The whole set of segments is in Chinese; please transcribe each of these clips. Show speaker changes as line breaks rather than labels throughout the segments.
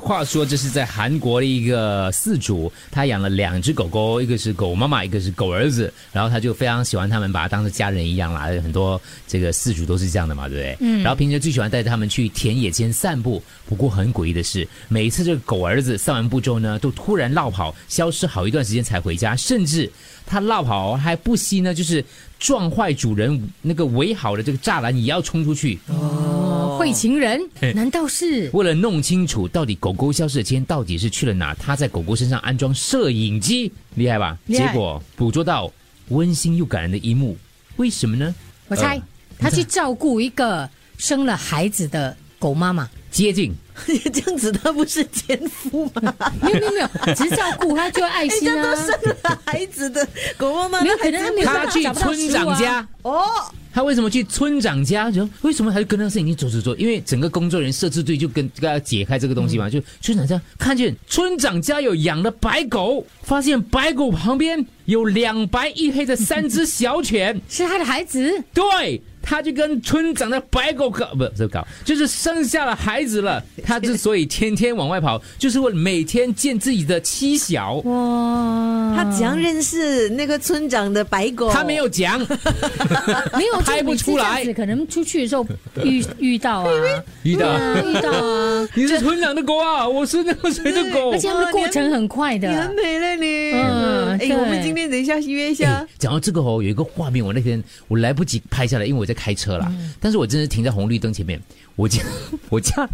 话说，这是在韩国的一个饲主，他养了两只狗狗，一个是狗妈妈，一个是狗儿子，然后他就非常喜欢他们，把它当成家人一样啦。很多这个饲主都是这样的嘛，对不对？嗯。然后平时最喜欢带他们去田野间散步，不过很诡异的是，每一次这个狗儿子散完步之后呢，都突然落跑，消失好一段时间才回家，甚至他落跑还不惜呢，就是撞坏主人那个围好的这个栅栏，也要冲出去。
会情人
哦嘿，
难道是？
为了弄清楚到底狗狗消失的期间到底是去了哪，他在狗狗身上安装摄影机，厉害吧？
厉害
结果捕捉到温馨又感人的一幕，为什么呢？
我猜
呃
他去照顾一个生了孩子的狗妈妈，
接近，
这样子他不是奸夫 吗？
没有没有没 有，只是照顾他就爱
人
心
哎
家都
啊。
生了孩子的，狗妈妈
没有
的孩
可能
子
他没有
他去
找不到
村长
食物
家，
啊
哦，
他为什么去村长家？就为什么他就跟那个摄影机走走走？因为整个工作人员摄制队就跟跟他解开这个东
嗯
西嘛，就村长家看见村长家有养的白狗，发现白狗旁边有两白一黑的三只小犬。
是他的孩子，
对，他就跟村长的白狗搞不是搞，就是生下了孩子了。他之所以天天往外跑，就是为了每天见自己的妻小。
哦哇，
他怎样认识那个村长的白狗？
他没 有讲，
没有
拍不出来
就每次这样子可能出去 的时候遇遇到啊，
遇到
对啊遇到啊，
你是村长的狗啊，我是那个谁的狗
而。且他们的过程很快
你
的
很，美嘞你。
啊嗯
哎，
对
我们今天等一下约一下
哎。讲到这个哦，有一个画面，我那天我来不及拍下来，因为我在开车啦。但是我真的停在红绿灯前面，我家 我家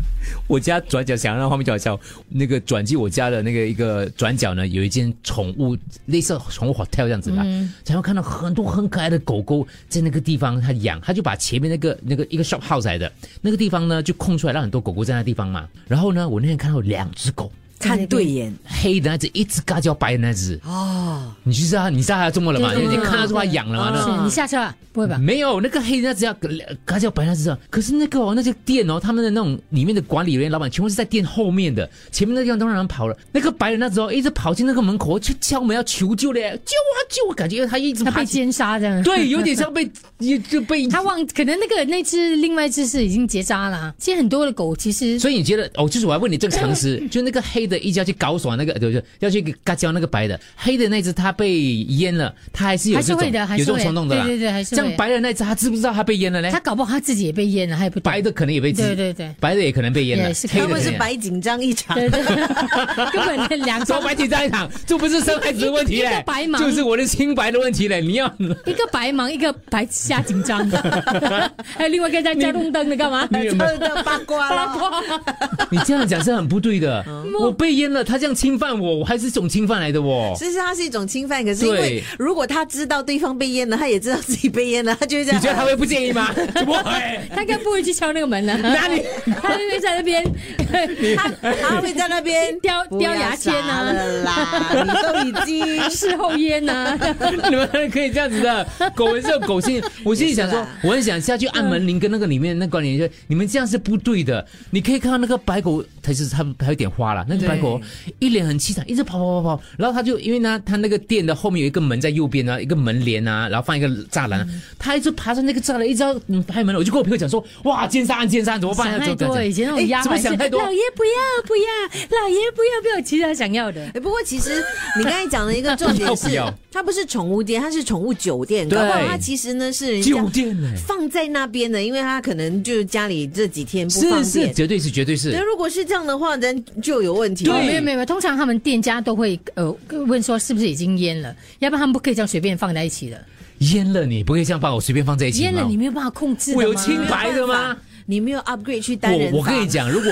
我家转角想让画面比较笑，那个转进我家的那个一个转角呢，有一间宠物类似宠物 hotel 这样子的，然后看到很多很可爱的狗狗在那个地方它养，它就把前面那个那个一个 shop house 来的那个地方呢就空出来，让很多狗狗在那地方嘛。然后呢，我那天看到两只狗。
看对眼
黑的那只，一只嘎叫白的那只，
哦，
你去知道它你知道它中了嘛？
对
你哦你
对对
看得出它养了嘛？那
啊
是你下车啊不会吧？
没有，那个黑人家只要呃他叫白人家知道，可是那个哦，那些店哦，他们的那种里面的管理人员、老板，全部是在店后面的，前面那地方都让人跑了。那个白人那时哎候一直跑进那个门口去敲门要求救嘞，救啊救啊！感觉他一直
他
爬
被
起，
奸杀这样，
对，有点像被也就被。
他忘，可能那个那只另外一只是已经结扎了啊。其实很多的狗其实
所以你觉得哦，就是我要问你这个常 识，就那个黑的一直要去搞爽那个，对不对？要去嘎交那个白的，黑的那只它被淹了，它还是有
还
这
是
种
会的，
有
还
这
是
种
会
冲动的啦。
对对对，还是
像
会。
白的那只，它知不知道它被淹了嘞
他？搞不好他自己也被淹了，他也不懂
白的可能也被
对对对
白的也可能被淹了，
也是
黑
他
的
们
可能
是
也
白紧张一 场。
对对，根本两
说
双
白紧张一场，这不是生孩子的问题
一
嘞
个白，忙
就是我的清白的问题嘞。你 要你
一个白忙，一个白瞎 紧张，还有另外一个在交通灯的干嘛？
有没有
呃，的八卦
八
啦，
卦
你这样讲是很不对的。
嗯
我被淹了，他这样侵犯我，我还是一种侵犯来的哦。
啊
其实它是一种侵犯，可是因
对
为如果他知道对方被淹了，他也知道自己被淹了，他就会这
你
样。
觉得他会不介意 吗？怎么会？
他应该不会去敲那个门了。啊
哪里？
他那边在那边，
他他会在那边
叼叼牙签啊
不要傻了啦，你都已经
事后烟啊呐、
你们可以这样子的，狗文是有狗性。我心里想说
也是啦，
我很想下去按门铃，跟那个里面那管理员说，你们这样是不对的。你可以看到那个白狗，它是它还有点花了，那个白狗一脸很凄惨，一直跑跑跑跑，然后它就因为呢，它那个店的后面有一个门在右边啊，一个门帘啊，然后放一个栅栏，它一直爬上那个栅栏，一直要嗯拍门，我就跟我朋友讲说，哇，奸杀案，奸杀案怎么办？
想太
怎么
多，
办
以前那种
哎
压
怎么
还
想太多？
老爷不要不要，老爷不要不要，其实他想要的
哎、。不过其实你刚才讲的一个 重
要
点
不
是
要，
它不是宠物店，它是宠物酒店，
对
搞不好它其实呢是人
酒
家
店哎、
放在那边的，因为它可能就家里这几天不方
是是，
便。
绝对是绝对是
那。如果是这样的话，人就有问题。
对
哦没有没有没有，通常他们店家都会呃问说是不是已经淹了，要不然他们不可以这样随便放在一起的。
淹了你，不可以这样把我随便放在一起吗。
淹了你没有办法控制的吗，
我有清白的吗？
你没有 upgrade 去单人
我
房，
我跟你，讲，如果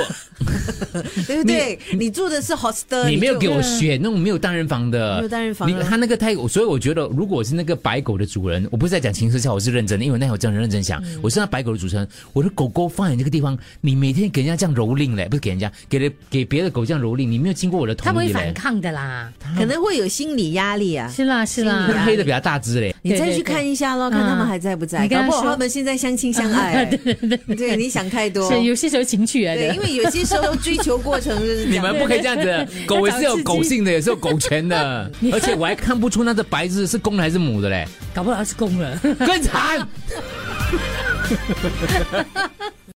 对不对？你住的是 hostel，
你没有
就嗯
给我选那种没有单人房的，
没有单人房
你
啊
他那个太，所以我觉得，如果我是那个白狗的主人，我不是在讲情色笑，我是认真的，因为我那天我真的认真想，
嗯
我是那白狗的主持人，我的狗狗放在你这个地方，你每天给人家这样蹂躏嘞，不是给人家，给了给别的狗这样蹂躏，你没有经过我的
他
同意
们会
嘞
反。抗的啦。
可能会有心理压力啊。
是啦是
那个
啦，
黑的比较大只嘞，
你再
对对
去
对
看一下
啊
咯，看他们还在不在，
你跟
搞
他
不好
说
他们现在相亲 相爱。对对对，你想太多。
是有些时候情趣来
对，
的
因。为有些时候追求过程就是 这
你
样
们不可以这样子，狗也是有狗性的，也是有狗权的，而且我还看不出那只白字是公的还是 母的嘞，
搞不好他是公了。
更惨。